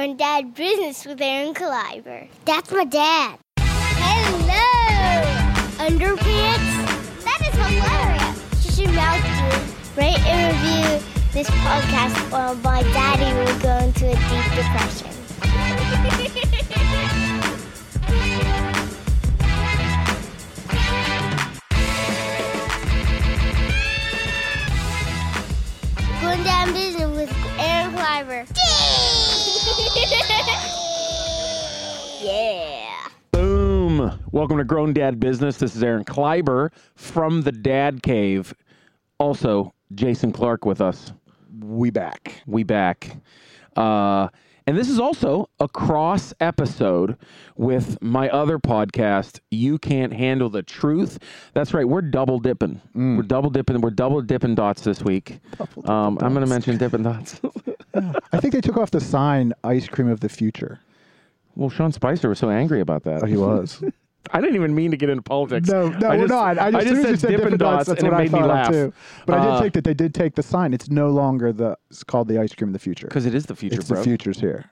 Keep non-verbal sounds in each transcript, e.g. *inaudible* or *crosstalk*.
Granddad Business with Aaron Caliber. That's my dad. Hello! Underpants? That is hilarious! You should mouth to rate and review this podcast or my daddy will go into a deep depression. Going down business with Aaron Cliver. *laughs* yeah. Boom. Welcome to Grown Dad Business. This is Aaron Kleiber from the Dad Cave. Also, Jason Clark with us. we back. We back. Uh, and this is also a cross episode with my other podcast, You Can't Handle the Truth. That's right. We're double dipping. Mm. We're double dipping. We're double dipping dots this week. Um, I'm going to mention dipping dots. I think they took off the sign "Ice Cream of the Future." well, Sean Spicer was so angry about that. Oh, *laughs* he was. I didn't even mean to get into politics. no, no, I we're just, not. I just, as soon as said you said Dippin' Dippin' Dots. That's and it what I made me thought of, laugh. too. But I Uh, did take that they did take the sign. It's no longer the it's called the Ice Cream of the Future. Because it is the future, it's bro. the future's here.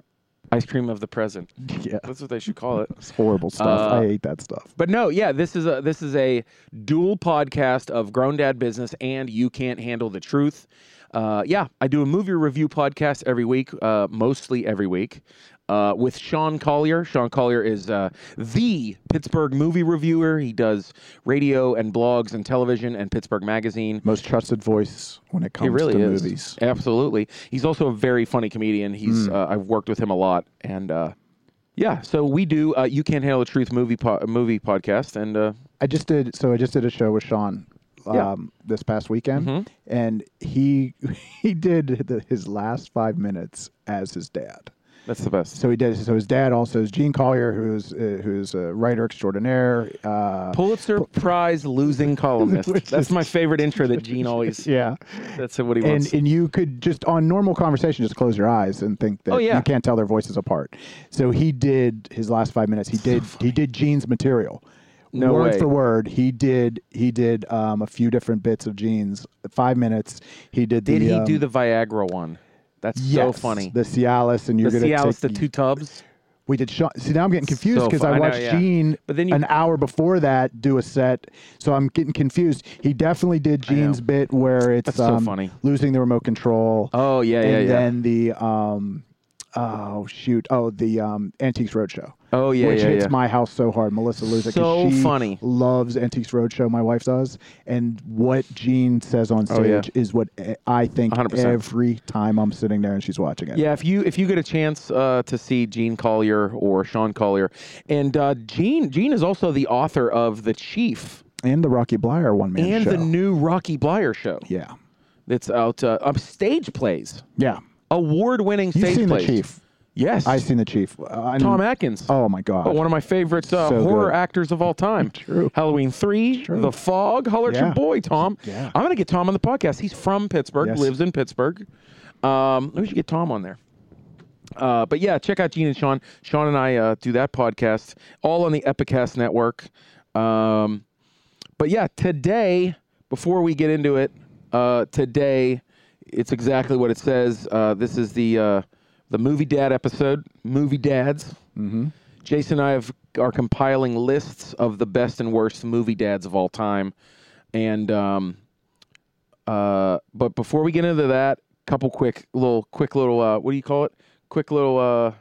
Ice cream of the present. Yeah, That's what they should call it. it's horrible stuff. Uh, I hate that stuff. But no, yeah, this is a this is a dual podcast of Grown Dad Business and You Can't Handle the Truth. Uh, yeah, I do a movie review podcast every week, uh, mostly every week, uh, with Sean Collier. Sean Collier is uh, the Pittsburgh movie reviewer. He does radio and blogs and television and Pittsburgh Magazine. Most trusted voice when it comes He really to is. movies. Absolutely. He's also a very funny comedian. He's Hmm. uh, I've worked with him a lot, and uh, yeah. So we do. Uh, you can't handle the truth movie po- movie podcast, and uh, I just did so I just did a show with Sean um, Yeah. Mm-hmm. this past weekend and he *laughs* he did the, his last 5 minutes as his dad. that's the best. So he did so his dad also is Gene Collier who's uh, who's a writer extraordinaire uh Pulitzer Prize losing columnist. *laughs* Which That's is- my favorite intro that *laughs* Gene always. yeah. That's what he wants. And and you could just on normal conversation just close your eyes and think that Oh, yeah. you can't tell their voices apart. So he did his last 5 minutes he did he did Gene's material. No word way. for word, he did he did um, a few different bits of Gene's 5 minutes. He did Did the he um, do the Viagra one? That's so Yes, funny. The Cialis, and The you're going to Cialis, the two tubs. We did. Sean, see, now I'm getting confused So because fu- I I know, watched yeah. Gene But then you- an hour before that do a set, so I'm getting confused. He definitely did Gene's bit where it's That's so um, funny. losing the remote control. Oh yeah, yeah, and yeah. then the um, oh shoot, oh the um, Antiques Roadshow. oh yeah, which yeah, hits yeah. my house so hard. Melissa Luzik, 'cause So she funny. loves Antiques Roadshow. My wife does, and what Gene says on stage Oh, yeah. is what eh, I think 100%. every time I'm sitting there and she's watching it. Yeah, if you if you get a chance uh, to see Gene Collier or Sean Collier, and uh, Gene Gene is also the author of The Chief and the Rocky Blyer one man and show. the new Rocky Blyer show yeah, that's out. Uh, um, stage plays, yeah. award winning You've stage seen plays. the Chief. Yes, I've seen the Chief. Uh, I Tom mean- Atkins. Oh my God. One of my favorite uh, So horror good. actors of all time. True. Halloween 3, The Fog. Holler at Yeah. your boy, Tom. Yeah. I'm going to get Tom on the podcast. He's from Pittsburgh, Yes. lives in Pittsburgh. Um, we should get Tom on there. Uh, but yeah, check out Gene and Sean. Sean and I uh, do that podcast, all on the Epicast Network. Um, but yeah, today, before we get into it, uh, today, it's exactly what it says. Uh, this is the uh, the movie dad episode, movie dads. Mm-hmm. Jason and I have, are compiling lists of the best and worst movie dads of all time, and um, uh, but before we get into that, couple quick little quick little uh, what do you call it? Quick little uh,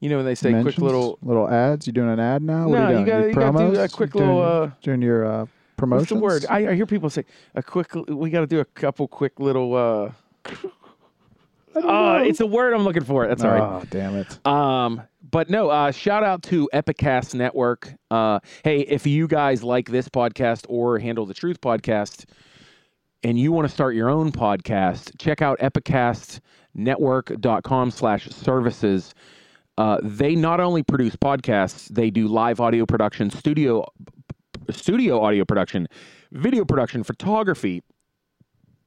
you know when they say Mentions? quick little little ads. You doing an ad now? what No, are you you doing? gotta- you gotta do promos? a quick doing, little, your- uh, doing your uh, promotions. what's the word? Ah, I, I hear people say a quick. We got to do a couple quick little. Uh, uh, it's a word I'm looking for. That's all right. Oh damn it! Um, but no, uh, shout out to Epicast Network. Uh, hey, if you guys like this podcast or Handle the Truth podcast, and you want to start your own podcast, check out epicastnetwork.com slash services. Uh, they not only produce podcasts, they do live audio production, studio studio audio production, video production, photography,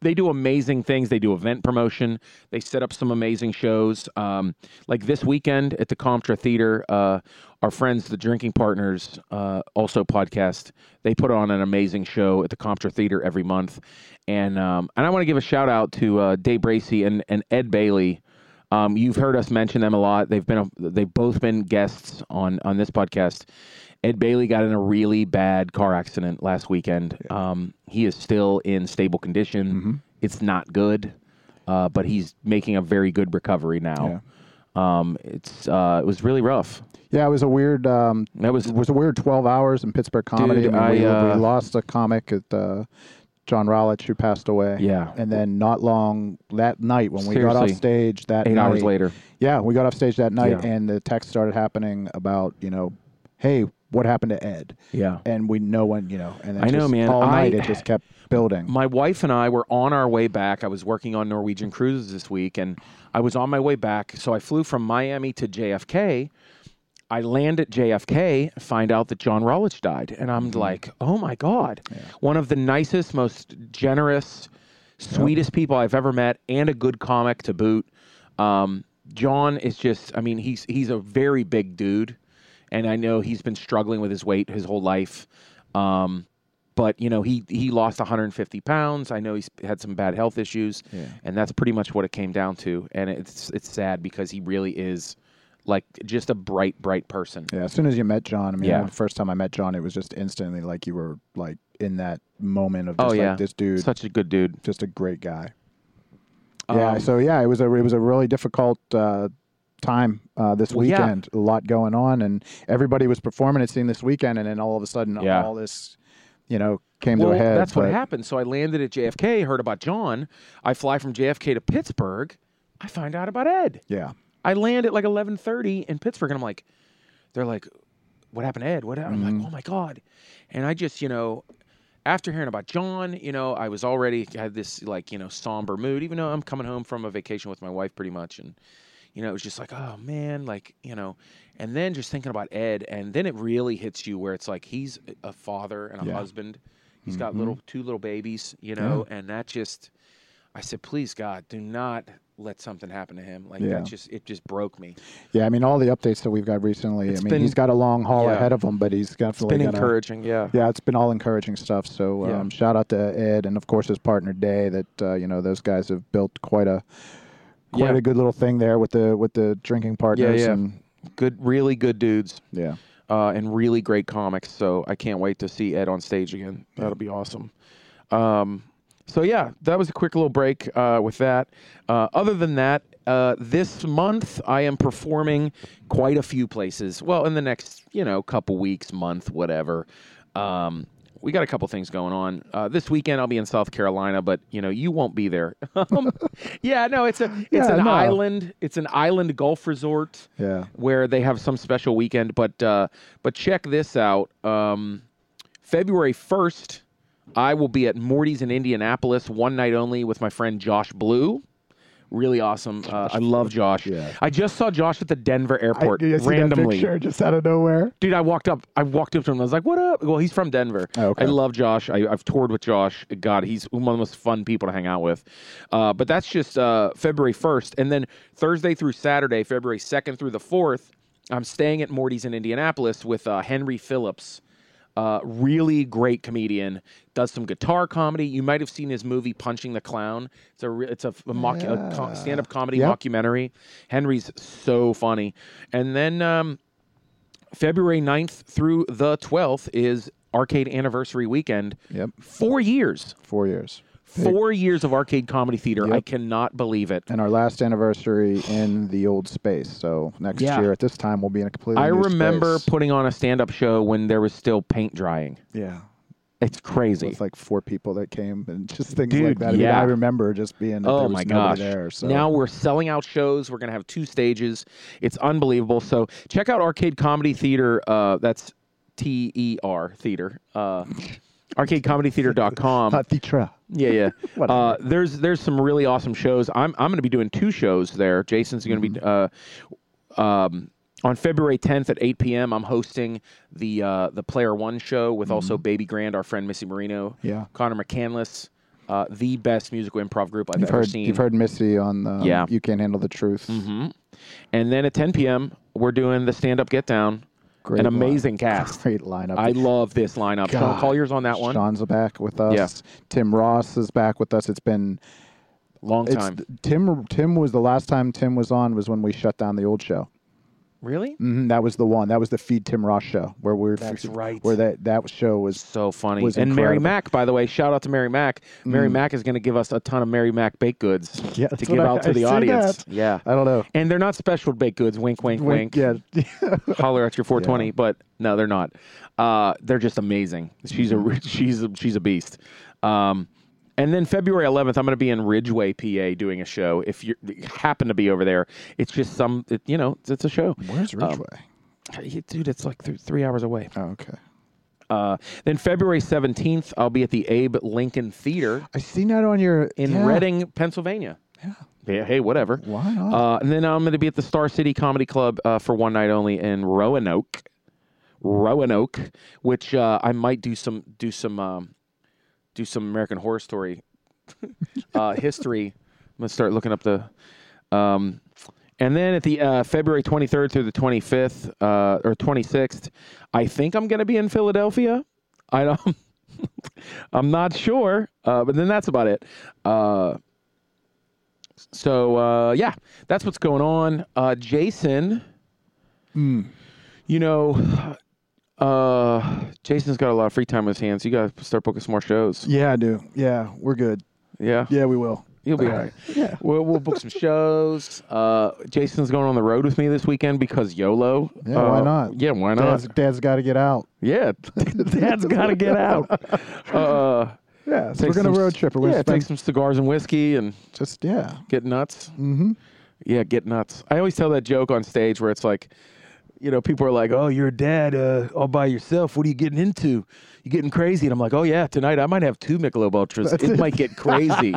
they do amazing things. They do event promotion. They set up some amazing shows. Um, like this weekend at the Comtra Theater, uh, our friends, the Drinking Partners, uh, also podcast. They put on an amazing show at the Comtra Theater every month, and um, and I want to give a shout out to uh, Dave Bracy and and Ed Bailey. Um, you've heard us mention them a lot. They've been a, they've both been guests on on this podcast. Ed Bailey got in a really bad car accident last weekend. Um, he is still in stable condition. It's not good, uh, but he's making a very good recovery now. Um, it's uh, it was really rough. Yeah, it was a weird. Um, That was it was a weird twelve hours in Pittsburgh comedy. Dude, I mean, we, I, uh, we lost a comic at uh, John Rollich who passed away. Yeah. and then not long that night when we got off Seriously. stage that eight hours night- later. Yeah, we got off stage that night, Yeah. and the text started happening about you know, hey, what happened to Ed? Yeah. and we no one you know, and then I know, just man. All I- night it just kept building. my wife and I were on our way back. I was working on Norwegian cruises this week, and I was on my way back. So I flew from Miami to JFK. I land at JFK, find out that John Rollich died, and I'm like, oh my god, one of the nicest, most generous, sweetest people I've ever met, and a good comic to boot. Um, John is just, I mean, he's he's a very big dude, and I know he's been struggling with his weight his whole life. Um, but you know he he lost 150 pounds. I know he's had some bad health issues, and that's pretty much what it came down to. And it's it's sad because he really is like just a bright bright person. Yeah, as soon as you met John, I mean, Yeah. the first time I met John, it was just instantly like you were like in that moment of just Oh, like yeah. this dude, Such a good dude. just a great guy. yeah, Um, so yeah, it was a it was a really difficult uh, time uh, this Well, yeah. weekend. A lot going on, and everybody was performing at scene this weekend, and then all of a sudden, Yeah. all this, you know, came well, to a head. that's what but- happened. So I landed at JFK, heard about John. I fly from JFK to Pittsburgh. I find out about Ed. Yeah, I land at like 11:30 in Pittsburgh, and I'm like, they're like, "What happened, to Ed? What?" happened?" I'm like, "Oh my god!" And I just, you know, after hearing about John, you know, I was already had this like, you know, somber mood, even though I'm coming home from a vacation with my wife, pretty much, and you know, it was just like, oh man, like you know, and then just thinking about Ed, and then it really hits you where it's like he's a father and a Yeah. husband. He's got little two little babies, you know, and that just I said, please God, do not let something happen to him. Like Yeah. that just it just broke me. yeah. I mean, all the updates that we've got recently. I mean, been- he's got a long haul yeah. ahead of him, but he's It's definitely been gonna- encouraging, yeah. Yeah, it's been all encouraging stuff. So um, Yeah. shout out to Ed and of course his partner Day. That uh, you know those guys have built quite a quite Yeah. a good little thing there with the with the drinking partners. yeah. And, Good, really good dudes, yeah. uh, and really great comics. So I can't wait to see Ed on stage again. That'll be awesome. Um, so yeah, that was a quick little break uh, with that. Uh, other than that, uh, this month I am performing quite a few places. Well, in the next you know couple weeks, month, whatever. Um, we got a couple things going on uh, this weekend. I'll be in South Carolina, but you know you won't be there. *laughs* Um, yeah, no, it's a it's Yeah, an no. island. It's an island golf resort Yeah. where they have some special weekend. But uh, but check this out. Um, February first, I will be at Morty's in Indianapolis, one night only, with my friend Josh Blue. Really awesome. Uh, I love Josh. Yeah. I just saw Josh at the Denver airport I, you see that randomly. picture just out of nowhere. Dude, I walked up. I walked up to him. and I was like, "What up?" Well, he's from Denver. Oh, okay. I love Josh. I, I've toured with Josh. God, he's one of the most fun people to hang out with. Uh, but that's just uh, February first, and then Thursday through Saturday, February second through the fourth, I'm staying at Morty's in Indianapolis with uh, Henry Phillips. Uh, really great comedian, does some guitar comedy. You might have seen his movie Punching the Clown. It's a re- it's a, a, mock, a co- stand-up comedy Yep. mockumentary. Henry's so funny. And then um, February 9th through the 12th is arcade anniversary weekend. Yep. Four years. Four years. Four years of arcade comedy theater. I cannot believe it. And our last anniversary in the old space. So next Yeah. year at this time we'll be in a completely. I new remember space. putting on a stand up show when there was still paint drying. yeah. It's crazy. With like four people that came and just things Dude, like that. I mean, yeah. I remember just being. that Oh there was my gosh. nobody There, so. Now we're selling out shows. We're going to have two stages. It's unbelievable. So check out Arcade Comedy Theater. Uh, that's T E R Theater. *laughs* Uh, arcadecomedytheater.com. Not the tra- Yeah, yeah. *laughs* Whatever. uh, there's there's some really awesome shows. I'm I'm going to be doing two shows there. Jason's going to Mm-hmm. be uh, um, on February 10th at 8 p.m. I'm hosting the uh, the Player One show with also Baby Grand, our friend Missy Marino, Mm-hmm. Yeah. Connor McCandless, uh, the best musical improv group I've You've ever heard, seen. you've heard Missy on the Yeah. You Can't Handle the Truth. Mhm. And then at 10 p.m. we're doing the Stand Up Get Down. An Great line. amazing cast. *laughs* *laughs* Great lineup. I love this lineup. Sean God. Collier's on that one. Sean's back with us. Yeah. Tim Ross is back with us. It's been Long It's time. Tim. Tim was the last time Tim was on was when we shut down the old show. really? hmm that was the one. That was the Feed Tim Ross show where we were. That's right. Where that that show was. So funny. Was and Mary incredible. Mack, by the way, shout out to Mary Mack. Mary Mack is going to give us a ton of Mary Mack baked *laughs* goods to Yeah, that's give what I- out to I the see audience. that. Yeah. I don't know. And they're not special baked goods. Wink, wink, wink. *laughs* Yeah. Holler at your 420, but no, they're not. Uh, they're just amazing. She's a *laughs* she's a, she's a beast. Um, and then February 11th, I'm going to be in Ridgeway, PA, doing a show. If you happen to be over there, it's just some, it, you know, it's, it's a show. *laughs* Where's Ridgeway? Dude, it's like th- three hours away. Um, oh, okay. Uh, then February 17th, I'll be at the Abe Lincoln Theater I seen that on your in yeah. Reading, Pennsylvania. Yeah. Yeah, hey, whatever. Why not? Uh, and then I'm going to be at the Star City Comedy Club uh, for one night only in Roanoke, Roanoke, which uh, I might do some do some um, do some American Horror Story *laughs* uh, history. I'm gonna start looking up the. Um, and then at the uh, February 23rd through the 25th uh, or 26th, I think I'm going to be in Philadelphia. I don't, *laughs* I'm not sure, uh, but then that's about it. Uh, so uh, yeah, that's what's going on. Uh, Jason, you know, uh, Jason's got a lot of free time on his hands. You got to start booking some more shows. yeah, I do. Yeah, we're good. Yeah, Yeah, we will. you'll be all Uh, right. Yeah. We'll, we'll book some shows. Uh, Jason's going on the road with me this weekend because YOLO. Yeah, why Uh, not? Yeah, why not? Dad's, dad's got to get out. *laughs* yeah, Dad's got to get out. Uh, Yeah, so take we're going some- to road trip. We're yeah, going to take spend some cigars and whiskey and just yeah. get nuts. Mm-hmm. Yeah, get nuts. I always tell that joke on stage where it's like, you know, people are like, "Oh, you're a dad uh, all by yourself. What are you getting into? You getting crazy?" And I'm like, "Oh yeah, tonight I might have two Michelob Ultras. It, might get *laughs* crazy."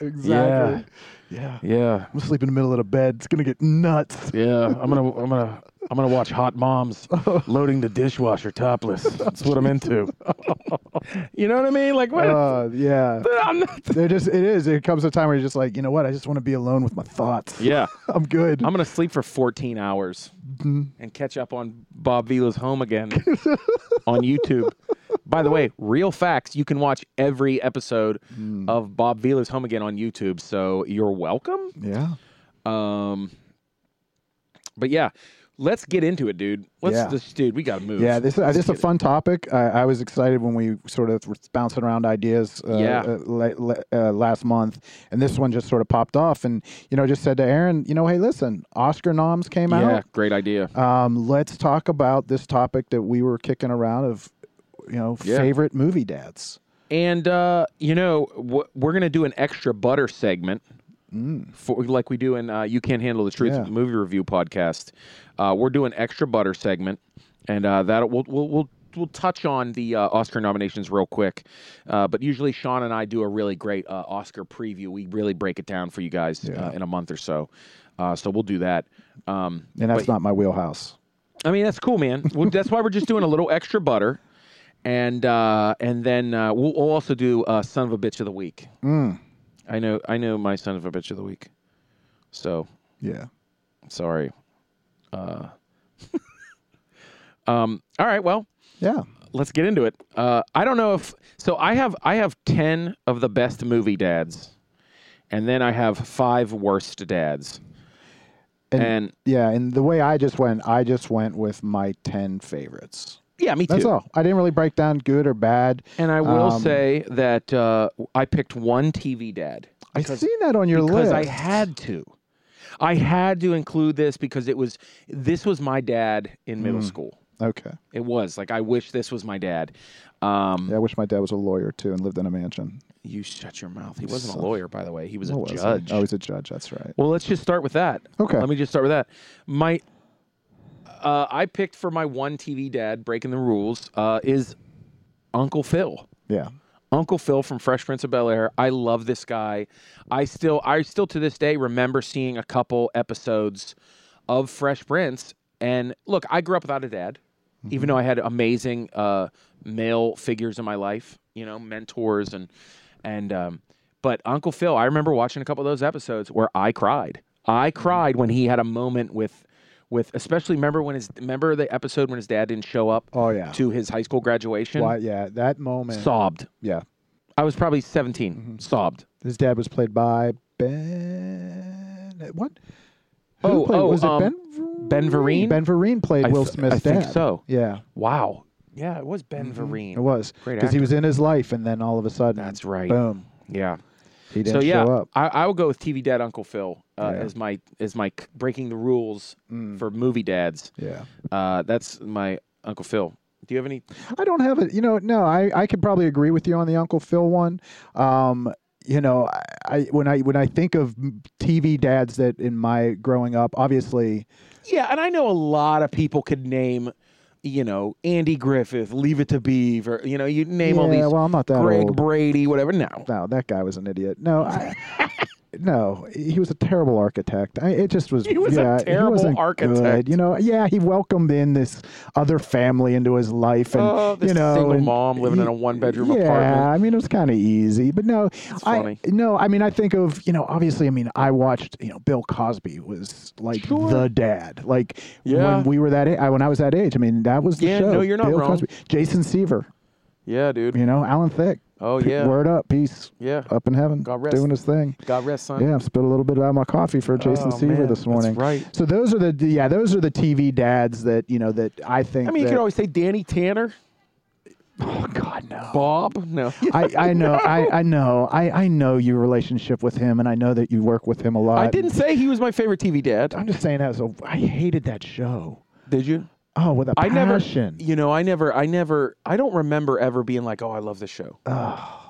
Exactly. Yeah. yeah, I'm sleeping in the middle of the bed. It's going to *laughs* get nuts. yeah. I'm gonna, I'm gonna, I'm gonna watch Hot Moms *laughs* loading the dishwasher topless. That's what I'm into. *laughs* you know what I mean? Like, what? Uh, yeah. *laughs* I'm not- There just it is. It comes a time where you're just like, you know what? I just want to be alone with my thoughts. yeah. *laughs* I'm good. *laughs* I'm gonna sleep for 14 hours and catch up on Bob Vila's Home *laughs* again on YouTube. By the way, real facts. You can watch every episode of Bob Vila's Home again on YouTube. So you're welcome. yeah. Um, but yeah, let's get into it, dude. Let's Yeah. just, dude, we gotta move. Yeah, this uh, this is a get it. fun topic. I, I was excited when we sort of were bouncing around ideas. Uh, Yeah. uh, la- la- uh, last month, and this one just sort of popped off, and you know, just said to Aaron, you know, hey, listen, Oscar noms came yeah, out. great idea. Um, let's talk about this topic that we were kicking around of, you know, Yeah. favorite movie dads. And uh, you know, wh- we're gonna do an extra butter segment, for like we do in uh, "You Can't Handle the Truth" Yeah. movie review podcast. Uh, we're doing extra butter segment, and uh, that we'll we'll. we'll We'll touch on the uh, Oscar nominations real quick, uh, but usually Sean and I do a really great uh, Oscar preview. We really break it down for you guys uh, in a month or so, uh, so we'll do that. Um, And that's not my wheelhouse. I mean, that's cool, man. Well, that's why we're just doing a little extra butter, and uh, and then uh, we'll, we'll also do uh, son of a bitch of the week. Mm. I know, I know, my son of a bitch of the week. So Yeah. sorry. Uh, *laughs* um. All right. Well, Yeah. let's get into it. Uh, I don't know if so. I have I have ten of the best movie dads, and then I have five worst dads. And- and Yeah. And the way I just went, I just went with my 10 favorites. yeah, me too. That's all. I didn't really break down good or bad. And I will Um, say that uh, I picked one TV dad I seen that on your because list. I had to. I had to include this because it was this was my dad in Hmm. middle school. Okay. It was like I wish this was my dad. Um, Yeah, I wish my dad was a lawyer too and lived in a mansion. You shut your mouth. He wasn't a lawyer, by the way. He was a What was he? judge. Oh, he's a judge. That's right. Well, let's just start with that. Okay. Let me just start with that. My, uh, I picked for my one TV dad breaking the rules uh, is Uncle Phil. Yeah. Uncle Phil from Fresh Prince of Bel Air. I love this guy. I still, I still to this day remember seeing a couple episodes of Fresh Prince. And look, I grew up without a dad, Mm-hmm. even though I had amazing uh, male figures in my life, you know, mentors and and um, but Uncle Phil. I remember watching a couple of those episodes where I cried. I Mm-hmm. cried when he had a moment with with especially remember when his remember the episode when his dad didn't show up Oh, yeah. to his high school graduation Why? Yeah. That moment. sobbed yeah. Mm-hmm. I was probably 17, sobbed. His dad was played by Ben. What? Who Oh, played- oh, was it um, Ben? Ben Vereen? Ben Vereen played I Will th- Smith's I think dad. so. Yeah, Wow. Yeah, it was Ben Vereen. it was Great because he was in his life, and then all of a sudden, That's right. Boom, Yeah. he So didn't yeah, show up. I, I will go with TV Dad Uncle Phil uh, Yeah. Mm. as my as my c- breaking the rules for movie dads. Yeah, Uh, that's my Uncle Phil. Do you have any? I don't have it. You know, no, I I could probably agree with you on the Uncle Phil one. Um, you know, I, I when I when I think of TV dads that in my growing up, obviously, Yeah, and I know a lot of people could name, you know, Andy Griffith, Leave It to Beaver. You know, you name all Yeah, these. well, I'm not that Greg old. Brady, whatever. No, no, that guy was an idiot. *laughs* No, I, no, he was a terrible architect. I, it just was. He was a yeah, terrible he wasn't architect. Good. You know, yeah, he welcomed in this other family into his life, and Oh, this you know, single and mom living in he- a one-bedroom yeah, apartment. I mean, it was kind of easy, but no, funny. I no, I mean, I think of you know, obviously, I mean, I watched you know, Bill Cosby was like Sure. the dad, like Yeah. when we were that a- I- when I was that age. I mean, that was the Yeah, show. no, you're not Bill wrong. Cosby. Jason Seaver, yeah, dude. you know, Alan Thicke. Oh, Pe- yeah. word up, peace Yeah. up in heaven, God rest- doing his thing. God rest, son. Yeah, spilled a little bit out of my coffee for Jason Oh, Seaver man, this morning. That's right. So those are the the- yeah, those are the TV dads that you know that I think. I mean, you that, could always say Danny Tanner, oh God no. Bob. No. I, I know I, I know I, I know your relationship with him and I know that you work with him a lot. I didn't say he was my favorite TV dad. I'm just saying that was a, I hated that show. Did you? Oh, with a I never, passion. you know, I never, I never, I don't remember ever being like, oh, I love this show.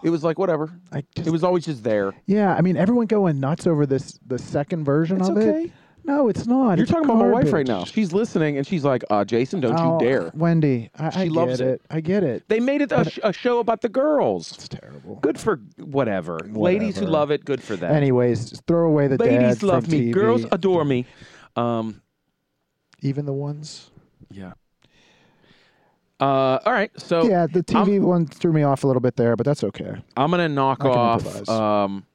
it was like, whatever. I just, It was always just there. yeah, I mean everyone going nuts over this the second version It's of it. okay. No, it's not. You're It's talking about my wife right now. garbage. She's listening and she's like, uh, Jason, don't Oh, you dare. Wendy. I, I She loves get it. I get it. They made it a, sh- a show about the girls. It's terrible. Good for whatever. Ladies who Whatever. love it, good for them. Anyways, just throw away the Ladies dad love from me. TV. Girls uh adore me. Um, even the ones. yeah. Uh, all right. So yeah, the TV one threw me off a little bit there, but that's okay. I'm going to knock can off. improvise. Um,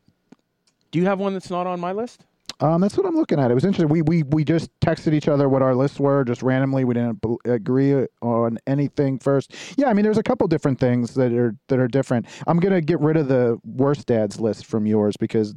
do you have one that's not on my list? Um, that's what I'm looking at. It was interesting. We we we just texted each other what our lists were, just randomly. We didn't bel- agree on anything first. Yeah, I mean, there's a couple different things that are that are different. I'm gonna get rid of the worst dads list from yours because,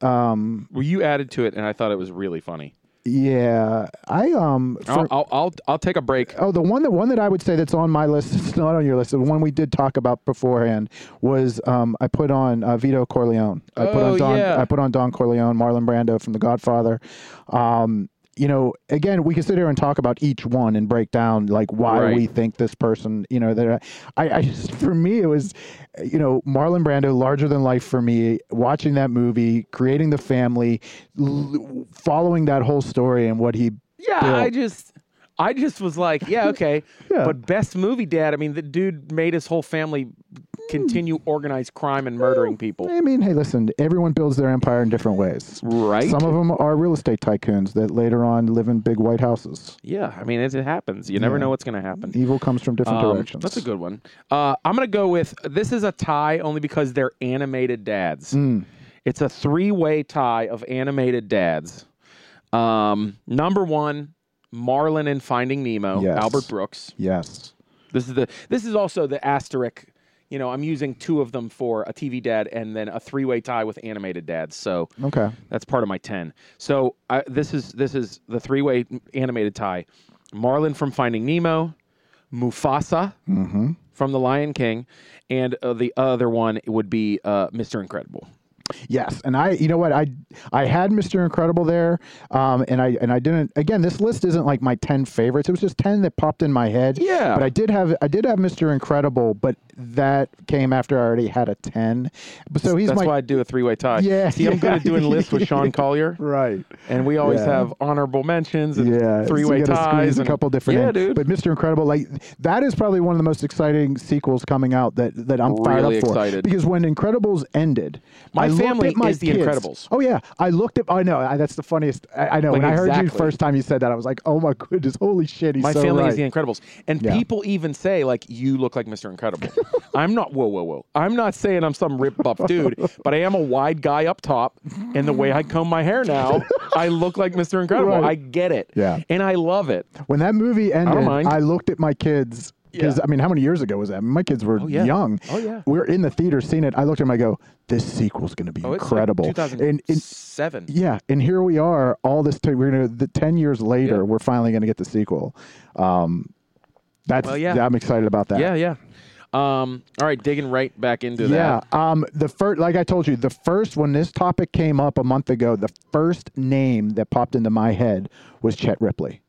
um, Well, you added to it, and I thought it was really funny. yeah, I um. for- I'll, I'll, I'll, I'll take a break. Oh, the one that one that I would say that's on my list, *laughs* it's not on your list. The one we did talk about beforehand was um, I put on uh, Vito Corleone. I put Oh, on Don. yeah. I put on Don Corleone, Marlon Brando from The Godfather. Um, you know, again, we can sit here and talk about each one and break down like why Right. we think this person. You know, that I, I *laughs* just for me it was, you know, Marlon Brando, larger than life for me. Watching that movie, creating the family, l- following that whole story and what he. Yeah, Bill. I just I just was like, *laughs* yeah, okay. Yeah. But best movie dad, I mean, the dude made his whole family continue organized crime and murdering people. I mean, hey, listen, everyone builds their empire in different ways. Right? Some of them are real estate tycoons that later on live in big white houses. yeah, I mean, it, it happens. You never know what's going to happen. Evil comes from different Um, directions. that's a good one. Uh, I'm going to go with this is a tie only because they're animated dads. It's a three way tie of animated dads. Um, number one, Marlin in Finding Nemo, Yes. Albert Brooks. Yes. This is the this is also the asterisk. You know, I'm using two of them for a TV dad and then a three way tie with animated dads. So Okay. that's part of my ten. So I, this is this is the three way animated tie: Marlin from Finding Nemo, Mufasa Mm-hmm. from The Lion King, and uh, the other one would be uh, Mr. Incredible. Yes, and I, you know what, I, I had Mr. Incredible there, um, and I, and I didn't. Again, this list isn't like my ten favorites. It was just ten that popped in my head. Yeah. But I did have, I did have Mr. Incredible, but that came after I already had a ten. But so he's That's my why I do a three way tie. Yeah, See, I'm good at yeah. *laughs* doing lists with Sean Collier. right. And we always Yeah. have honorable mentions and yeah, three-way so you gotta ties squeeze and- a couple different. Yeah, in. dude. But Mr. Incredible, like that is probably one of the most exciting sequels coming out that that I'm fired Really up for. excited. Because when Incredibles ended, My I looked family at my is the kids. Incredibles. Oh yeah, I looked at. I know I, that's the funniest. I, I know Like, when I heard you exactly. first time you said that, I was like, oh my goodness, holy shit, he's My so family is the right. Incredibles, and Yeah. people even say like, "You look like Mr. Incredible." *laughs* I'm not. Whoa, whoa, whoa! I'm not saying I'm some rip buff *laughs* dude, but I am a wide guy up top, and the way I comb my hair now, I look like Mr. Incredible. Right. I get it. Yeah. and I love it. When that movie ended, mind. I looked at my kids Because Yeah. I mean, how many years ago was that? My kids were Oh, yeah. young. Oh, yeah. We were in the theater seeing it. I looked at him. I go, this sequel's going to be Oh, it's incredible. Like and, and 2007. yeah, and here we are. All this, t- we're gonna the ten years later, Yeah. we're finally gonna get the sequel. Um, that's Well, yeah. I'm excited about that. yeah, yeah. Um, all right, digging right back into Yeah. that. Um, the first, like I told you, the first when this topic came up a month ago, the first name that popped into my head was Chet Ripley.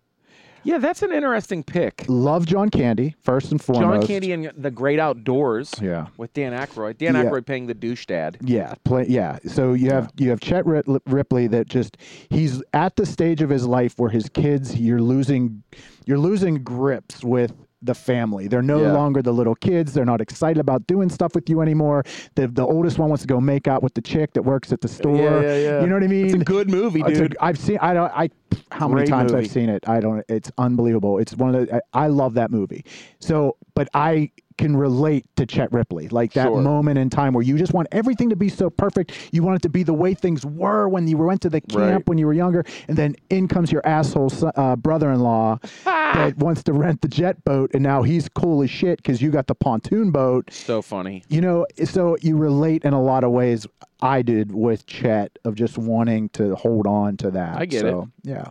Yeah, that's an interesting pick. Love John Candy first and John foremost. Candy and The Great Outdoors Yeah. with Dan Aykroyd. Dan Yeah. Aykroyd paying the douche dad. Yeah, play, yeah. So you have you have Chet Rit- Ripley that just he's at the stage of his life where his kids you're losing you're losing grips with the family. They're no Yeah. longer the little kids. They're not excited about doing stuff with you anymore. The the oldest one wants to go make out with the chick that works at the store. yeah, yeah. You know what I mean? It's a good movie, It's a- dude. I've seen. I don't. I how many Great times movie. I've seen it. I don't. It's unbelievable. It's one of the. I, I love that movie. So, but I can relate to Chet Ripley, like that Sure. moment in time where you just want everything to be so perfect. You want it to be the way things were when you went to the camp Right. when you were younger, and then in comes your asshole son, *laughs* uh, brother-in-law that wants to rent the jet boat, and now he's cool as shit because you got the pontoon boat. So funny. You know, so you relate in a lot of ways. I did with Chet of just wanting to hold on to that. I get so, it. Yeah.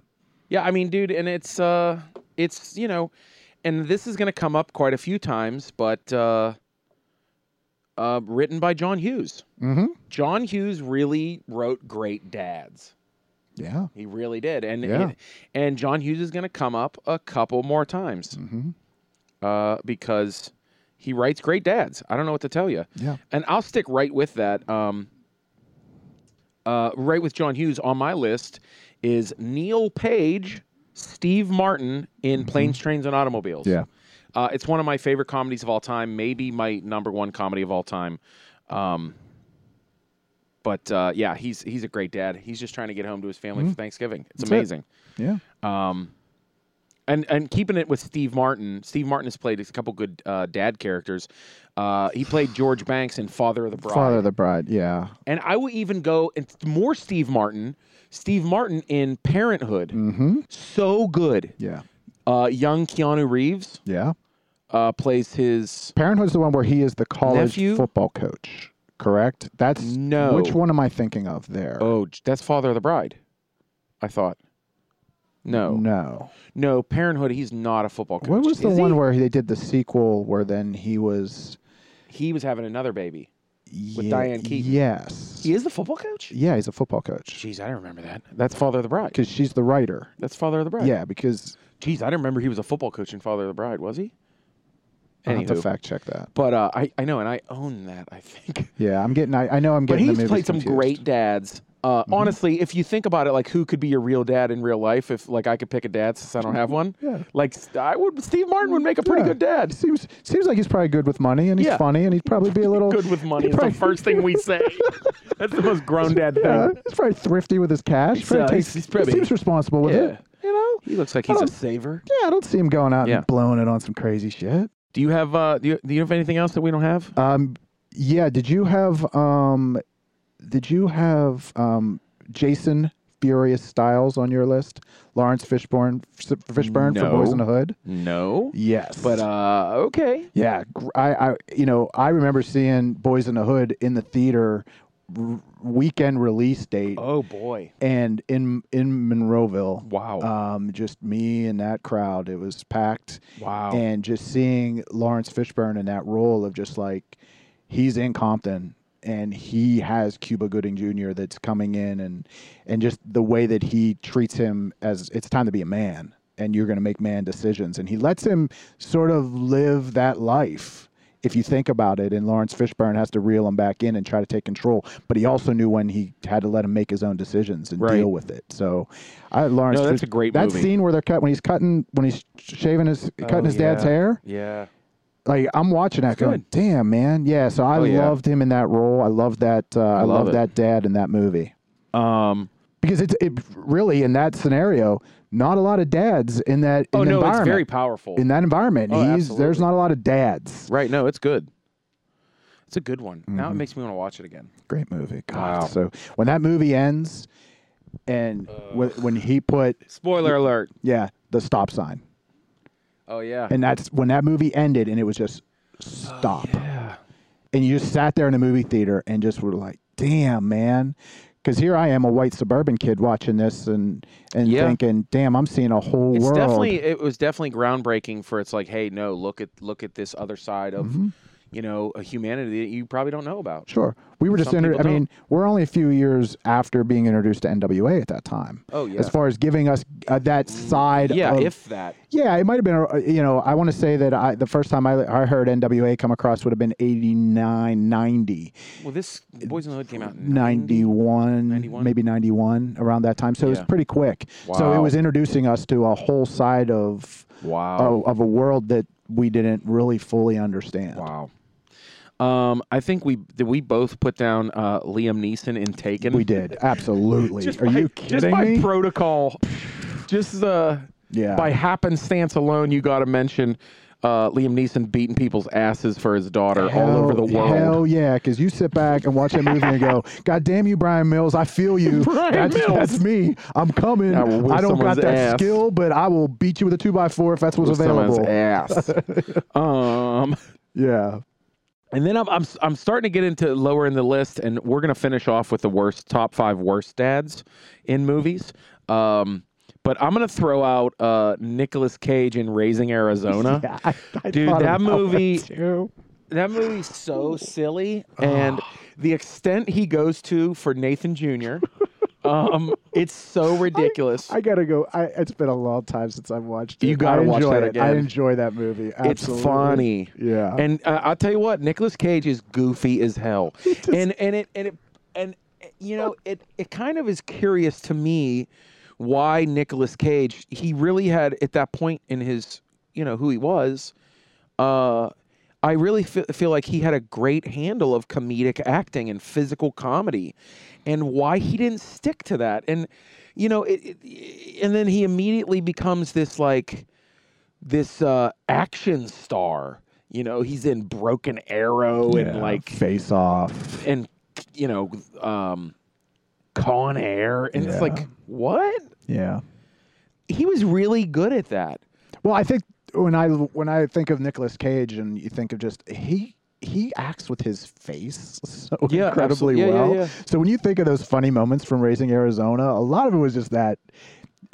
Yeah, I mean, dude, and it's uh it's, you know, and this is going to come up quite a few times, but uh uh written by John Hughes. Mm-hmm. John Hughes really wrote great dads. Yeah. He really did. And Yeah. and, and John Hughes is going to come up a couple more times. Mm-hmm. uh, because he writes great dads. I don't know what to tell you. Yeah. And I'll stick right with that. Um, uh, right with John Hughes on my list is Neil Page, Steve Martin in Planes, Trains, and Automobiles. Mm-hmm. Yeah. Uh, it's one of my favorite comedies of all time, maybe my number one comedy of all time. Um, but uh, yeah, he's he's a great dad. He's just trying to get home to his family for Thanksgiving. It's Mm-hmm. it. amazing. Yeah. Um, and and keeping it with Steve Martin. Steve Martin has played a couple good uh, dad characters. Uh, he played George Banks in Father of the Bride, Father of the Bride. Yeah. and I will even go and th- more Steve Martin. Steve Martin in Parenthood, Mm-hmm. so good. Yeah. Uh, young Keanu Reeves Yeah. uh, plays his. Parenthood's the one where he is the college Nephew? football coach. Correct. That's No. Which one am I thinking of there? Oh, j- that's Father of the Bride. I thought. No, no, No. Parenthood. He's not a football coach. What was the Is one he? where they did the sequel where then he was he was having another baby? Ye- Diane Keaton. Yes. He is the football coach. Yeah, he's a football coach Jeez, I don't remember that. That's Father of the Bride. because she's the writer. That's Father of the Bride. Yeah, because Jeez, I didn't remember he was a football coach in Father of the Bride, was he? I have to Anywho. fact check that. But uh, I, I know, and I own that, I think. Yeah, I'm getting. I, I know I'm But getting. he's the played movies some confused. Mm-hmm. great dads. Uh, Honestly, if you think about it, like who could be your real dad in real life? If like I could pick a dad since I don't have one, Yeah. like s- I would, Steve Martin would make a pretty Yeah. good dad. Seems seems like he's probably good with money, and he's Yeah. funny, and he'd probably be a little *laughs* Good with money he'd is the probably- first thing *laughs* we say. That's the most grown dad *laughs* thing. Yeah, he's probably thrifty with his cash. probably uh, takes- he's- he's probably- he seems responsible with Yeah. it. You know. He looks like he's a don't- saver. Yeah, I don't see him going out Yeah. and blowing it on some crazy shit. Do you have uh, do you, do you have anything else that we don't have? Um, yeah. Did you have um, did you have um, Jason Furious Styles on your list? Lawrence Fishburne, Fishburne for Boys in No. the Hood. No. Yes, But uh, okay. Yeah, gr- I, I, you know, I remember seeing Boys in the Hood in the theater r- weekend release date, Oh boy. and in in Monroeville. Wow. Um, just me and that crowd. It was packed, wow. and just seeing Lawrence Fishburne in that role of just like he's in Compton and he has Cuba Gooding Jr. that's coming in, and and just the way that he treats him as it's time to be a man, and you're going to make man decisions, and he lets him sort of live that life. If you think about it, and Lawrence Fishburne has to reel him back in and try to take control, but he also knew when he had to let him make his own decisions and Right. deal with it. So, I Lawrence, No, that's Fish- a great that movie. scene where they're cut when he's cutting when he's shaving his cutting Oh, his dad's yeah. hair. Yeah. Like I'm watching that, going, damn man, yeah. So I Oh, yeah. loved him in that role. I loved that. Uh, I, love loved it. that dad in that movie Um. because it's it really in that scenario, not a lot of dads in that in oh the no, it's environment. very powerful. in that environment, Oh, he's there's absolutely. not a lot of dads. right. No, it's good. It's a good one. Now Mm-hmm. it makes me want to watch it again. Great movie. Wow. God. So when that movie ends, and when, when he put Spoiler alert. yeah the stop sign, Oh yeah. and that's when that movie ended and it was just stop Oh, yeah. and you just sat there in a movie theater and just were like damn man because here i am a white suburban kid watching this and and Yeah. thinking damn i'm seeing a whole It's world definitely it was definitely groundbreaking for it's like, hey, no, look at look at this other side of Mm-hmm. you know a humanity that you probably don't know about. sure we were just Some inter- i people mean we're only a few years after being introduced to nwa at that time Oh, yeah. Mm. as far as giving us uh, that side Yeah, of, if that. Yeah, it might have been. uh, You know, I want to say that I, the first time I, I heard NWA come across would have been 89, 90, Well, this Boys in the Hood came out in 90. 91, 91? maybe 91, around that time. So it Yeah. was pretty quick. So it Wow. was introducing us to a whole side of Wow. of, of a world that we didn't really fully understand. Wow. Um, I think we that we both put down uh, Liam Neeson in Taken. We did absolutely. Just Are by- you Just kidding by me? protocol, just the Yeah. by happenstance alone, you got to mention uh, Liam Neeson beating people's asses for his daughter all over the Hell- world. Hell yeah, because you sit back and watch that movie and go, God damn you, Brian Mills, I feel you. *laughs* Brian that's, Mills. that's me. I'm coming. I will whip I don't someone's got that ass. skill, but I will beat you with a two by four if that's what's With someone's available. ass. *laughs* um, *laughs* Yeah. and then I'm, I'm I'm starting to get into lower in the list, and we're gonna finish off with the worst top five worst dads in movies. Um, but I'm gonna throw out uh, Nicolas Cage in Raising Arizona. *laughs* yeah I, I Dude, thought that about movie- too. That movie's so silly, Ah. and the extent he goes to for Nathan Jr. Um, it's so ridiculous. I gotta go. I, it's been a long time since I've watched it. You gotta I watch enjoy that it. I again. enjoy that movie. it's Absolutely. funny. Yeah. And uh, I'll tell you what, Nicolas Cage is goofy as *laughs* hell, and and it and it and uh, you know it it kind of is curious to me why Nicolas Cage he really had at that point in his you know who he was, uh, I really fe- feel like he had a great handle of comedic acting and physical comedy, and why he didn't stick to that, and you know it, it and then he immediately becomes this like this uh, action star. You know, he's in Broken Arrow and Yeah, like face off. and you know, um, Con Air, and it's Yeah. like what Yeah. he was really good at that. Well, I think when I when I think of Nicolas Cage and you think of just he he acts with his face *laughs* so Yeah, incredibly absolutely. Yeah, yeah, well. yeah. So when you think of those funny moments from Raising Arizona, a lot of it was just that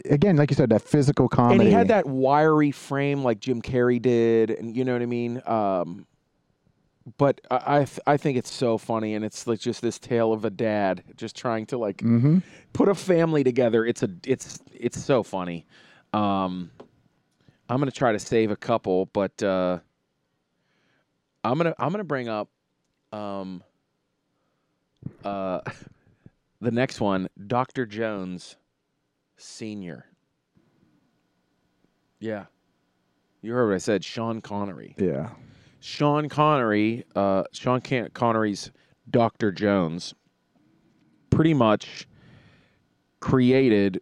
again, like you said, that physical comedy. And he had that wiry frame like Jim Carrey did, and you know what I mean. Um, but I I, th- I think it's so funny, and it's like just this tale of a dad just trying to like hmm put a family together. It's a it's it's so funny. Um, I'm gonna try to save a couple, but uh, I'm gonna I'm gonna bring up um, uh, *laughs* the next one, Doctor Jones, Senior. Yeah, you heard what I said, Sean Connery. Yeah. Sean Connery, uh, Sean Can- Connery's Dr. Jones, pretty much created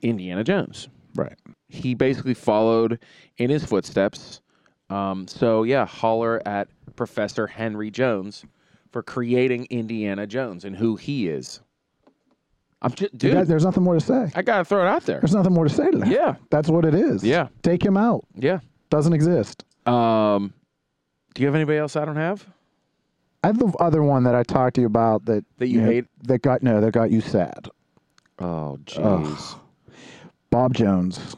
Indiana Jones. Right. He basically followed in his footsteps. Um, so, yeah, holler at Professor Henry Jones for creating Indiana Jones and who he is. I'm just, dude, That- there's nothing more to say. I got to throw it out there. There's nothing more to say to that. Yeah. That's what it is. Yeah. Take him out. Yeah. Doesn't exist. Um, do you have anybody else I don't have? I have the other one that I talked to you about that That you know, hate? that got no that got you sad. Oh, jeez. Bob Jones,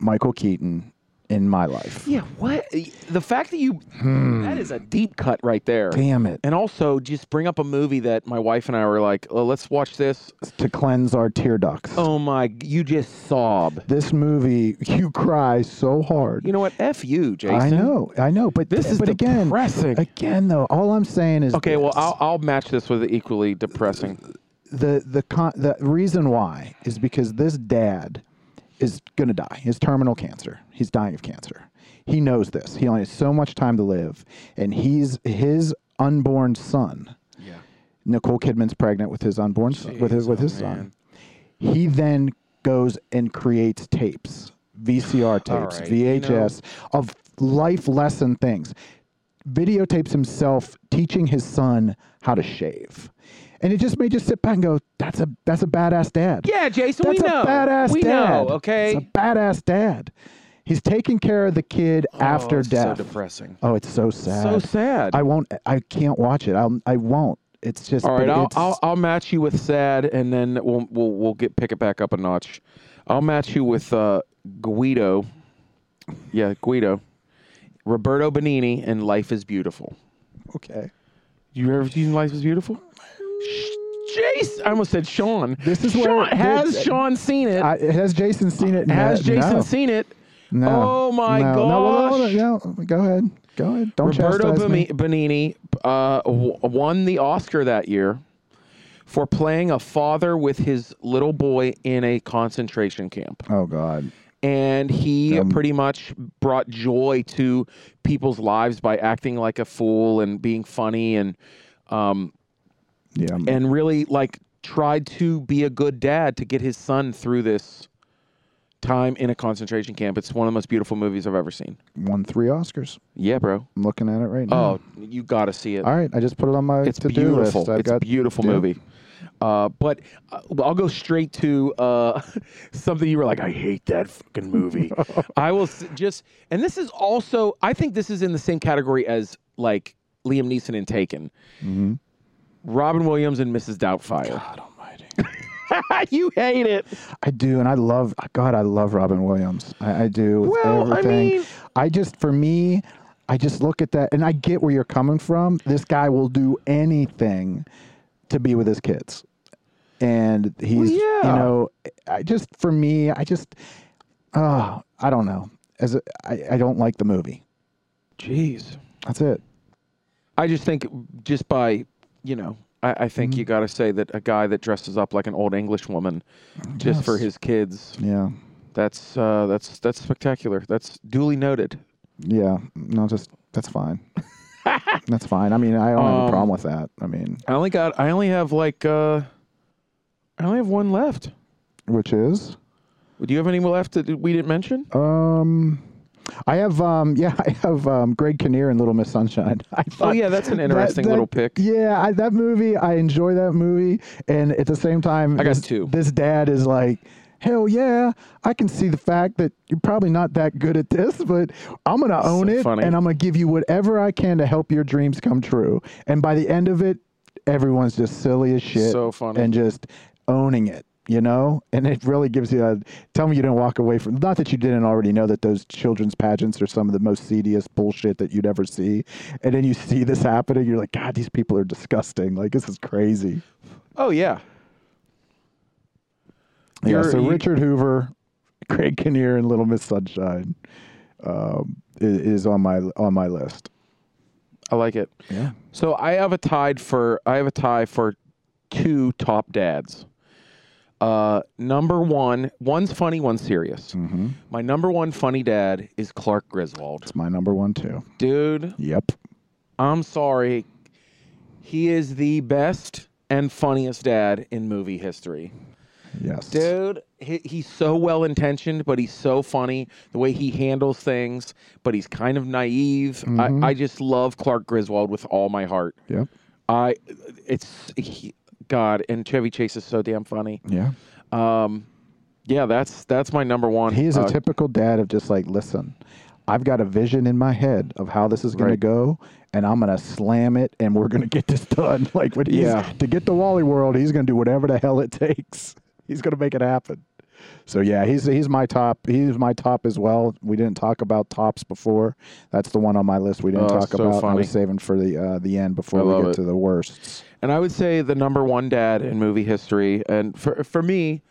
Michael Keaton in my life. Yeah, what? The fact that you that is a deep cut right there. Damn it. And also just bring up a movie that my wife and I were like, "Oh, let's watch this." To cleanse our tear ducts. Oh my, you just sob. This movie, *laughs* you cry so hard. You know what? F you, Jason. I know, I know, but This is but again, depressing. again though, all I'm saying is Okay, well, this. I'll, I'll match this with equally depressing. the the con- the reason why is because this dad is going to die. His terminal cancer. He's dying of cancer. He knows this. He only has so much time to live, and he's his unborn son. Yeah. Nicole Kidman's pregnant with his unborn son, with his with his son. He then goes and creates tapes, VCR tapes, right, you know- VHS of life lesson things. Videotapes himself teaching his son how to shave, and it just made you sit back and go, "That's a that's a badass dad." Yeah, Jason, that's we a know. badass we dad. know, okay? it's a badass dad. He's taking care of the kid after Oh, it's death. So depressing. oh, it's so sad. So sad. I won't. I can't watch it. I'll. I won't. It's just. All right, but I'll, it's- I'll I'll match you with sad, and then we'll we'll we'll get pick it back up a notch. I'll match you with uh, Guido. Yeah, Guido, Roberto Benini, and Life is Beautiful. okay. You ever seen Life is Beautiful? Jason, I almost said Sean. This is Sean, where- has this- Sean seen it? I, has Jason seen it? has No, Jason no. seen it? No. Oh my no. No, well, no, gosh! no, no, Go ahead. Go ahead. Don't Roberto chastise me. Bemi- Benini uh, w- won the Oscar that year for playing a father with his little boy in a concentration camp. Oh God. And he pretty much brought joy to people's lives by acting like a fool and being funny and um, Yeah. and really like tried to be a good dad to get his son through this time in a concentration camp. It's one of the most beautiful movies I've ever seen. Won three Oscars. Yeah, bro. I'm looking at it right now. Oh, you got to see it. All right. I just put it on my It's to-do beautiful. list. I've it's got- a beautiful yeah. movie. Uh, but uh, I'll go straight to uh, *laughs* something you were like, I hate that fucking *laughs* movie. I will s- just, and this is also, I think this is in the same category as like Liam Neeson and Taken. Robin Williams and Mrs. Doubtfire. Mm-hmm. God *laughs* Almighty. you hate it. I do, and I love God. I love Robin Williams. I, I do. With Well, I everything. mean- I just for me, I just look at that, and I get where you're coming from. This guy will do anything to be with his kids, and he's yeah. you know, I just for me, I just, oh, I don't know. As a, I, I don't like the movie. Jeez. That's it. I just think, just by, you know, I, I think you Mm-hmm. got to say that a guy that dresses up like an old English woman just for Oh, Yes. his kids, Yeah, that's uh, that's that's spectacular. That's duly noted. yeah. No, just *laughs* that's fine. that's fine. I mean, I don't have a Um, problem with that. I mean, I only got, I only have like, uh, I only have one left. which is. Do you have any left that we didn't mention? Um, I have um, *laughs* yeah, I have um, Greg Kinnear in Little Miss Sunshine. *laughs* I Oh thought yeah, that's an interesting that- little pick. Yeah, I, that movie, I enjoy that movie, and at the same time, I got this, two. This dad is like, hell yeah, I can see the fact that you're probably not that good at this, but I'm gonna own so it, funny. and I'm gonna give you whatever I can to help your dreams come true. And by the end of it, everyone's just silly as shit, So funny. and just owning it. You know, and it really gives you a tell me you didn't walk away from not that you didn't already know that those children's pageants are some of the most seediest bullshit that you'd ever see. And then you see this happening, you're like, God, these people are disgusting. Like, this is crazy. Oh yeah. Yeah, You're- e so you- Richard Hoover, Craig Kinnear, and Little Miss Sunshine um, i- is on my on my list. I like it. Yeah. So I have a tied for I have a tie for two top dads. Uh, number one, one's funny, one's serious. Mm-hmm. My number one funny dad is Clark Griswold. It's my number one too. Dude, Yep. I'm sorry, he is the best and funniest dad in movie history. Yes. Dude, he, he's so well intentioned, but he's so funny. The way he handles things, but he's kind of naive. Mm-hmm. I, I just love Clark Griswold with all my heart. Yep. I, it's he, God, and Chevy Chase is so damn funny. Yeah. Um, yeah, that's that's my number one. He is a Uh, typical dad of just like, listen, I've got a vision in my head of how this is going Right. to go, and I'm going to slam it, and we're going to get this done. *laughs* Like when he's Yeah. to get to Wally World, he's going to do whatever the hell it *laughs* takes. He's going to make it happen. So yeah, he's he's my top. He's my top as well. We didn't talk about tops before. That's the one on my list we didn't Oh, talk so about. I funny. was saving for the uh, the end before I we love get it. to the worsts. and I would say the number one dad in movie history, and for for me,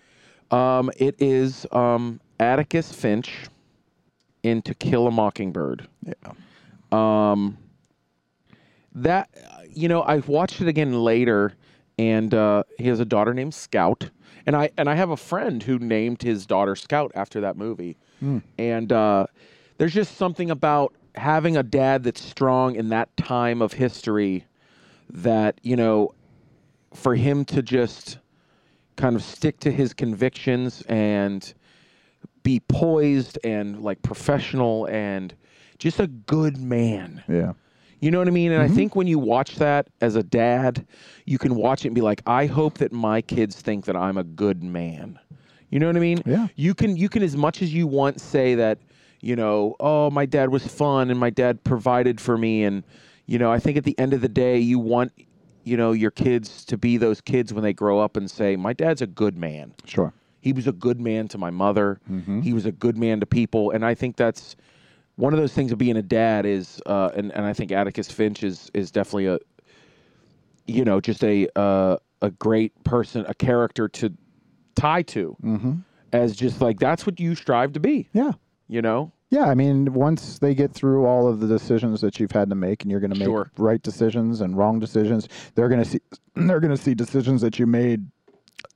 um, it is um, Atticus Finch in To Kill a Mockingbird. Yeah. Um, that you know, I watched it again later, and uh, he has a daughter named Scout, and I and I have a friend who named his daughter Scout after that movie, and uh, there's just something about having a dad that's strong in that time of history that you know for him to just kind of stick to his convictions and be poised and like professional and just a good man. Yeah. You know what I mean? And I think when you watch that as a dad, you can watch it and be like, I hope that my kids think that I'm a good man. You know what I mean? Yeah. You can you can as much as you want say that you know, oh, my dad was fun and my dad provided for me. And, you know, I think at the end of the day, you want, you know, your kids to be those kids when they grow up and say, my dad's a good man. Sure. He was a good man to my mother. Mm-hmm. He was a good man to people, and I think that's one of those things of being a dad is, uh, and and I think Atticus Finch is is definitely a, you know, just a uh, a great person, a character to tie to, Mm-hmm. as just like that's what you strive to be, Yeah. you know. Yeah, I mean, once they get through all of the decisions that you've had to make, and you're going to make Sure. right decisions and wrong decisions, they're going to see *clears throat* they're going to see decisions that you made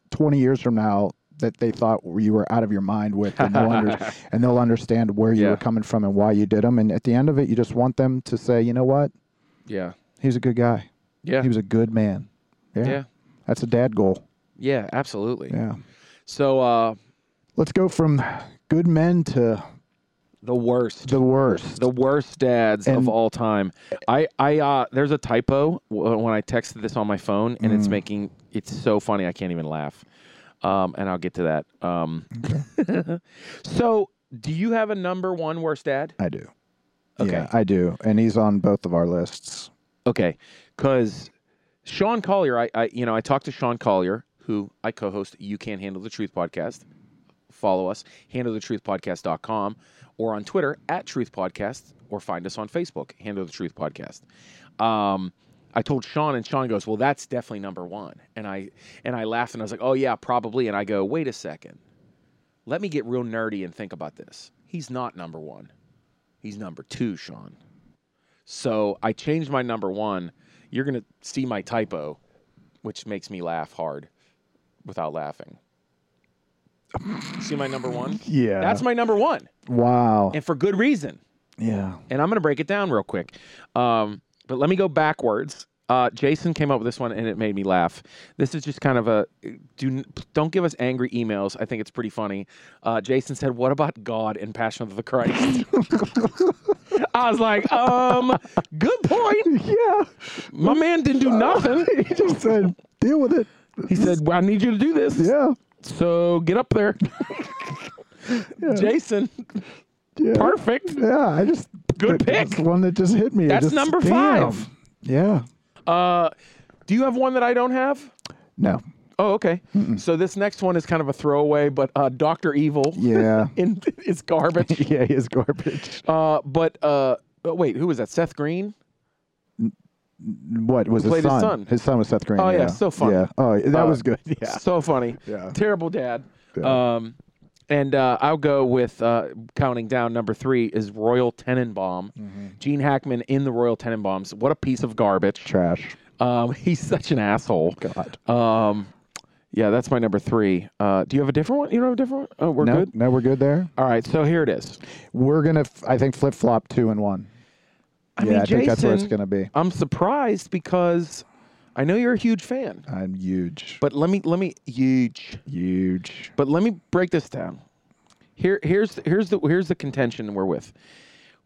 20 years from now that they thought you were out of your mind with, and *laughs* they'll, under, and they'll understand where you Yeah. were coming from and why you did them. And at the end of it, you just want them to say, you know what, Yeah, he's a good guy. yeah, He was a good man. Yeah, yeah, that's a dad goal. yeah, absolutely. Yeah, So uh, let's go from good men to the worst. the worst. the worst dads of And- all time. I I uh, there's a typo w- when I texted this on my phone, and it's making it's so funny I can't even laugh. Um, and I'll get to that. Um, *laughs* so, do you have a number one worst dad? I do. Okay. Yeah, I do, and he's on both of our lists. Okay, because Sean Collier, I, I you know I talked to Sean Collier, who I co-host You Can't Handle the Truth podcast. Follow us, handlethetruthpodcast.com, or on Twitter at Truth Podcast, or find us on Facebook, Handle the Truth Podcast. Um, I told Sean, and Sean goes, "Well, that's definitely number one." And I and I laughed, and I was like, "Oh yeah, probably." And I go, "Wait a second, let me get real nerdy and think about this. He's not number one. He's number two, Sean." So I changed my number one. You're going to see my typo, which makes me laugh hard without laughing. see my number one? Yeah. That's my number one, wow. and for good reason. yeah. And I'm going to break it down real quick. Um, but let me go backwards. Uh, Jason came up with this one, and it made me laugh. This is just kind of a do don't give us angry emails. I think it's pretty funny. Uh, Jason said, "What about God and Passion of the Christ?" *laughs* I was like, um, good point. *laughs* Yeah. My man didn't do nothing. *laughs* he just said, deal with it. He said, well, I need you to do this. Yeah. So get up *laughs* there. Jason, Yeah. perfect. yeah. I just. Good that's pick. one that just hit me. It That's just- number damn. five. Yeah. Uh, do you have one that I don't have? No. Oh, okay. So this next one is kind of a throwaway, but uh, Doctor Evil Yeah. *laughs* in is *laughs* garbage. yeah. He is garbage. Uh, but uh, oh, wait, who was that? Seth Green. What was his played his son? son. was Seth Green. Oh, yeah, yeah. so funny. Yeah. Oh, that Uh, was *laughs* good. Yeah. So funny. Yeah. Terrible dad. Yeah. Um, and uh, I'll go with uh, counting down. Number three is Royal Tenenbaum. Mm-hmm. Gene Hackman in the Royal Tenenbaums. What a piece of garbage. Trash. Um, *laughs* he's such an asshole. God. Um, yeah, that's my number three. Uh, do you have a different one? You don't have a different one? Oh, we're no, good. no, we're good there. All right, so here it is. We're gonna, f- I think, flip flop two and one. I yeah, mean, I think that's where it's Jason- gonna be. I'm surprised because I know you're a huge fan. I'm huge, But let me let me huge. huge. But let me break this down. Here, here's here's the here's the contention we're with.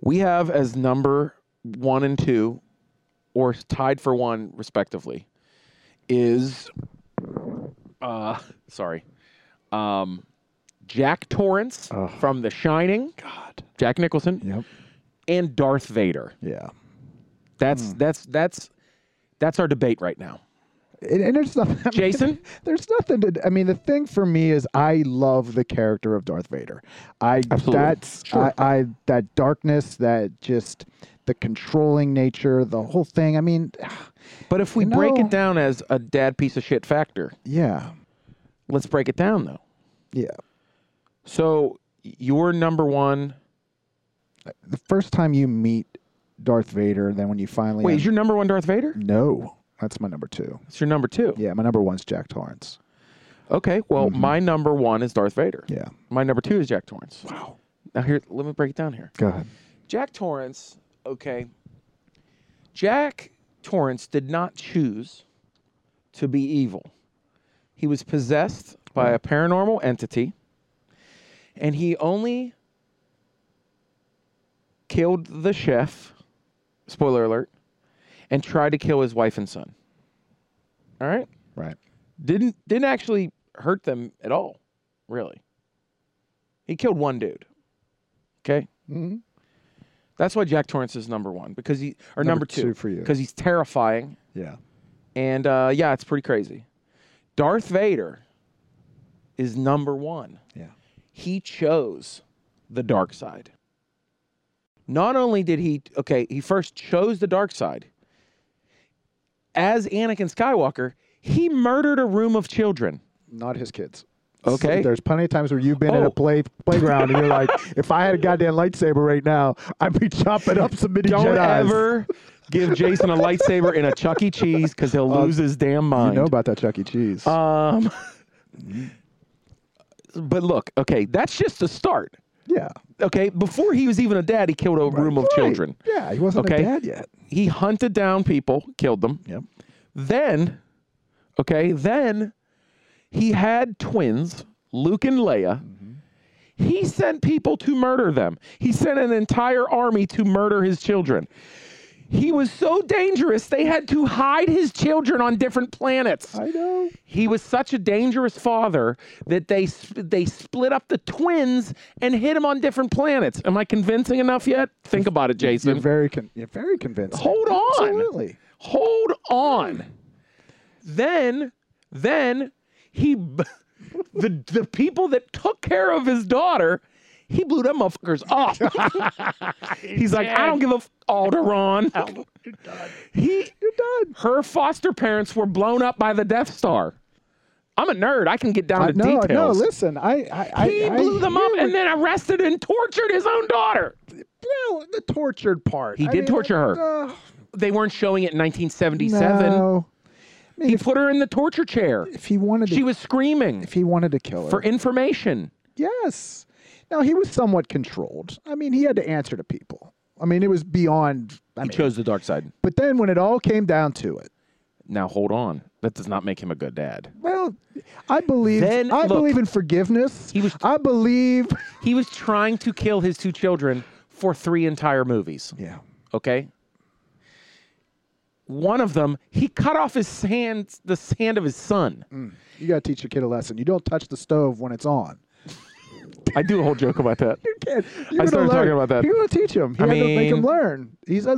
We have as number one and two, or tied for one respectively, is uh *laughs* sorry, um, Jack Torrance Ugh. from The Shining, God. Jack Nicholson, Yep. and Darth Vader. Yeah. That's Hmm. that's that's that's our debate right now. And, and there's nothing. *laughs* I mean, Jason? there's nothing to. I mean, the thing for me is I love the character of Darth Vader. I Absolutely. that's Sure. I, I that darkness, that just the controlling nature, the whole thing. I mean, *sighs* But if we break No. it down as a dad piece of shit factor, yeah, let's break it down though. yeah. So your number one. The first time you meet Darth Vader, then when you finally Wait, is your number one Darth Vader? no, that's my number two. It's your number two. Yeah, my number one's Jack Torrance. Okay. Well, my number one is Darth Vader. Yeah. My number two is Jack Torrance. Wow. Now here, let me break it down here. Go ahead. Jack Torrance. Okay. Jack Torrance did not choose to be evil. He was possessed by a paranormal entity, and he only killed the chef. Spoiler alert, and tried to kill his wife and son. All right, Right. didn't didn't actually hurt them at all, really. He killed one dude. Okay, Mm-hmm. That's why Jack Torrance is number one because he or number, Number two for you. because he's terrifying Yeah. and uh, yeah, it's pretty crazy. Darth Vader is number one. Yeah. He chose the dark side. Not only did he okay, he first chose the dark side. As Anakin Skywalker, he murdered a room of children. Not his kids. Okay. There's plenty of times where you've been at Oh. a play playground and *laughs* you're like, if I had a goddamn lightsaber right now, I'd be chopping up some mini Don't Jedi's." ever give Jason a lightsaber in a Chuck E. Cheese because he'll lose his damn Uh, You mind. know about that Chuck E. Cheese. um, but look, okay, that's just the start. yeah. Okay, before he was even a dad, he killed a room of Right. children. Yeah, he wasn't Okay. a dad yet. He hunted down people, killed them. Yep. Then, okay, then he had twins, Luke and Leia. Mm-hmm. He sent people to murder them. He sent an entire army to murder his children. He was so dangerous, they had to hide his children on different planets. I know. He was such a dangerous father that they sp- they split up the twins and hid him on different planets. Am I convincing enough yet? Think about it, You're Jason. very, con- you're very convinced. Hold on. Absolutely. Hold Hmm. on. Then, then he, b- the the people that took care of his daughter, he blew them motherfuckers off. *laughs* He's like, I don't give a f- Alderaan. He, you're done. Her foster parents were blown up by the Death Star. I'm a nerd. I can get down I, to no, details. no. Listen, I, I, I he I blew them hear up what and then arrested and tortured his own daughter. Well, the tortured part. He did torture her. Uh, They weren't showing it in 1977. no. He put her in the torture chair. If he wanted to, She was screaming if he wanted to kill her, for information. yes. Now he was somewhat controlled. I mean, he had to answer to people. I mean, it was beyond. I mean, the dark side. but then when it all came down to it, Now hold on. That does not make him a good dad. well, I believe. Then, I look, believe in forgiveness. he was- I believe. He was trying to kill his two children for three entire movies. Yeah. Okay? One of them, he cut off his hand the hand of his son. You gotta teach your kid a lesson. You don't touch the stove when it's on. I do a whole joke about *laughs* that. kid. You're I gonna started learn. talking about that. You're gonna teach him. He I had to make him mean- learn. He's a,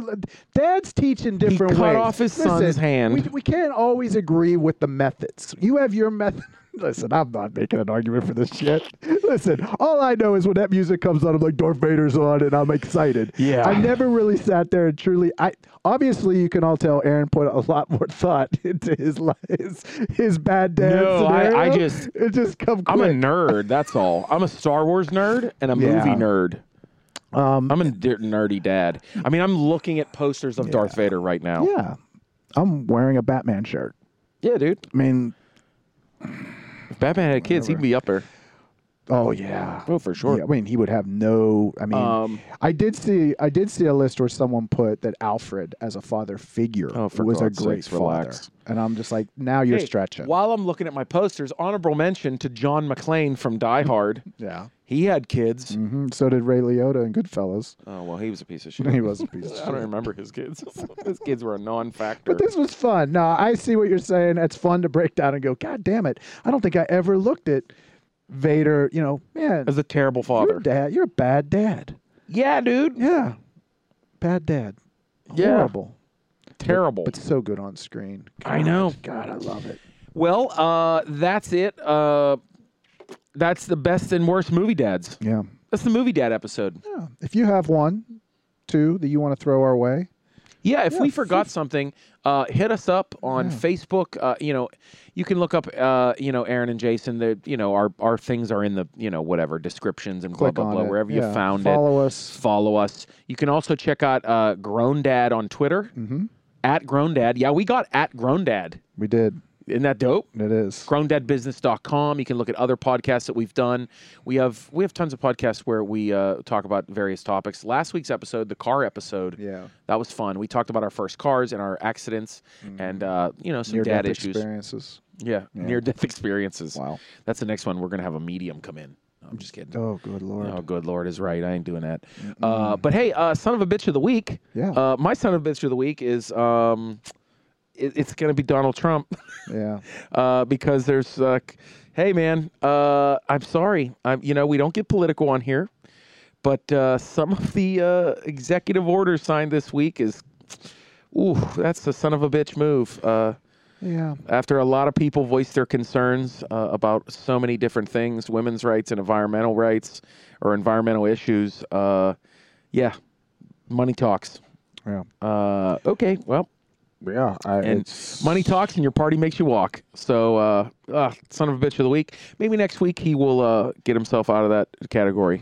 dad's teaching different cut ways. off his son's Listen, hand. We, we can't always agree with the methods. You have your method. *laughs* Listen, I'm not making an argument for this shit. Listen, all I know is when that music comes on, I'm like Darth Vader's on, and I'm excited. Yeah. I never really sat there and truly. I obviously you can all tell Aaron put a lot more thought *laughs* into his li- his, his bad dad No, I- I scenario. just- it just come. Quick. I'm a nerd, that's all. I'm a Star Wars nerd and a Yeah. movie nerd. I'm a d- nerdy dad. I mean, I'm looking at posters of Darth Vader right now. Yeah. I'm wearing a Batman shirt. yeah dude. I mean, If Batman had kids, he'd be up there. oh yeah. Oh, for sure. Yeah, I mean, he would have no I mean, Um, I did see I did see a list where someone put that Alfred as a father figure Oh, for was God's a great sakes, father. relax. And I'm just like, now you're Hey, stretching. While I'm looking at my posters, honorable mention to John McClane from Die Hard. Yeah. He had kids. hmm So did Ray Liotta and Mm. Goodfellas. *laughs* Oh well, he was a *laughs* piece of shit. He was a piece of I don't remember his *laughs* kids. his kids were a non-factor. But this was fun. No, I see what you're saying. It's fun to break down and go, God damn it. I don't think I ever looked at Vader, you know, man, As a terrible you're father. a dad. You're a bad dad. Yeah, dude. Yeah. Bad dad. Yeah. Horrible. Terrible. but so good on screen. I know. God, I love it. Well, uh, that's it. Uh, that's the best and worst movie dads. Yeah. That's the movie dad episode. yeah. If you have one, two that you want to throw our way, Yeah, if we f- forgot something, uh, hit us up on Facebook. Uh, you know, you can look up, uh, you know, Aaron and Jason. The you know our our things are in the you know whatever descriptions and click blah blah on blah it. wherever Yeah. you found it. Follow us. Follow us. You can also check out uh, Grown Dad on Twitter Mm-hmm. at Grown Dad. Yeah, we got at Grown Dad. We did. Isn't that dope? It is. growndeadbusiness.com. You can look at other podcasts that we've done. We have we have tons of podcasts where we uh, talk about various topics. Last week's episode, the car episode, Yeah. that was fun. We talked about our first cars and our accidents, and uh, you know some Near-death dad issues. experiences. Yeah, near death experiences. Wow. that's the next one. We're gonna have a medium come in. No, I'm just kidding. Oh, good lord. Oh, good lord is right. I ain't doing that. Uh, but hey, uh, son of a bitch of the week. Yeah. Uh, my son of a bitch of the week is um, it, it's gonna be Donald Trump. *laughs* Yeah. uh, because there's, uh, c- hey man, uh, I'm sorry, I'm, you know, we don't get political on here, But uh, some of the uh, executive orders signed this week is, ooh, that's a son of a bitch move. Uh, Yeah. after a lot of people voiced their concerns uh, about so many different things women's rights and environmental rights or environmental issues uh, yeah money talks Yeah. uh, okay well Yeah. I, and it's- money talks and your party makes you walk so uh, ah, son of a bitch of the week maybe next week he will uh, get himself out of that *laughs* category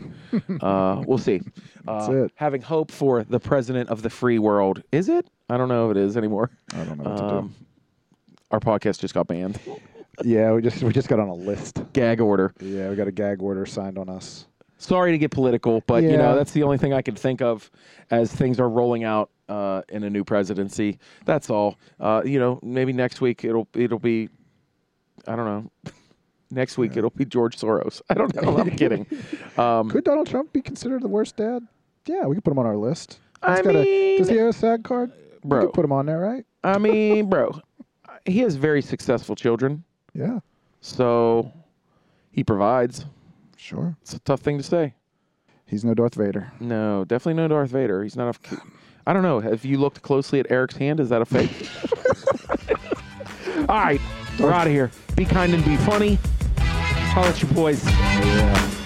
uh, we'll see That's uh, it. having hope for the president of the free world is it i don't know if it is anymore I don't know what to do. Um, our podcast just got banned Yeah, we just we just got on a list. gag order Yeah, we got a gag order signed on us. sorry to get political, but you Yeah. know that's the only thing I can think of as things are rolling out uh, in a new presidency. That's all. Uh, you know, maybe next week it'll it'll be, I don't know. *laughs* Next week it'll be George Soros. *laughs* I don't know. I'm kidding. Um, Could Donald Trump be considered the worst dad? Yeah, we could put him on our list. I He's got a, does he mean- have a SAG card? Bro. we could put him on there, right? I mean, bro, he has very successful children, Yeah, so he provides. sure. It's a tough thing to say. He's no Darth Vader. No, definitely no Darth Vader. He's not a. I don't know. Have you looked closely at Eric's hand? Is that a *laughs* fake? All right, we're out of here. Be kind and be funny. Holler at your boys. Yeah.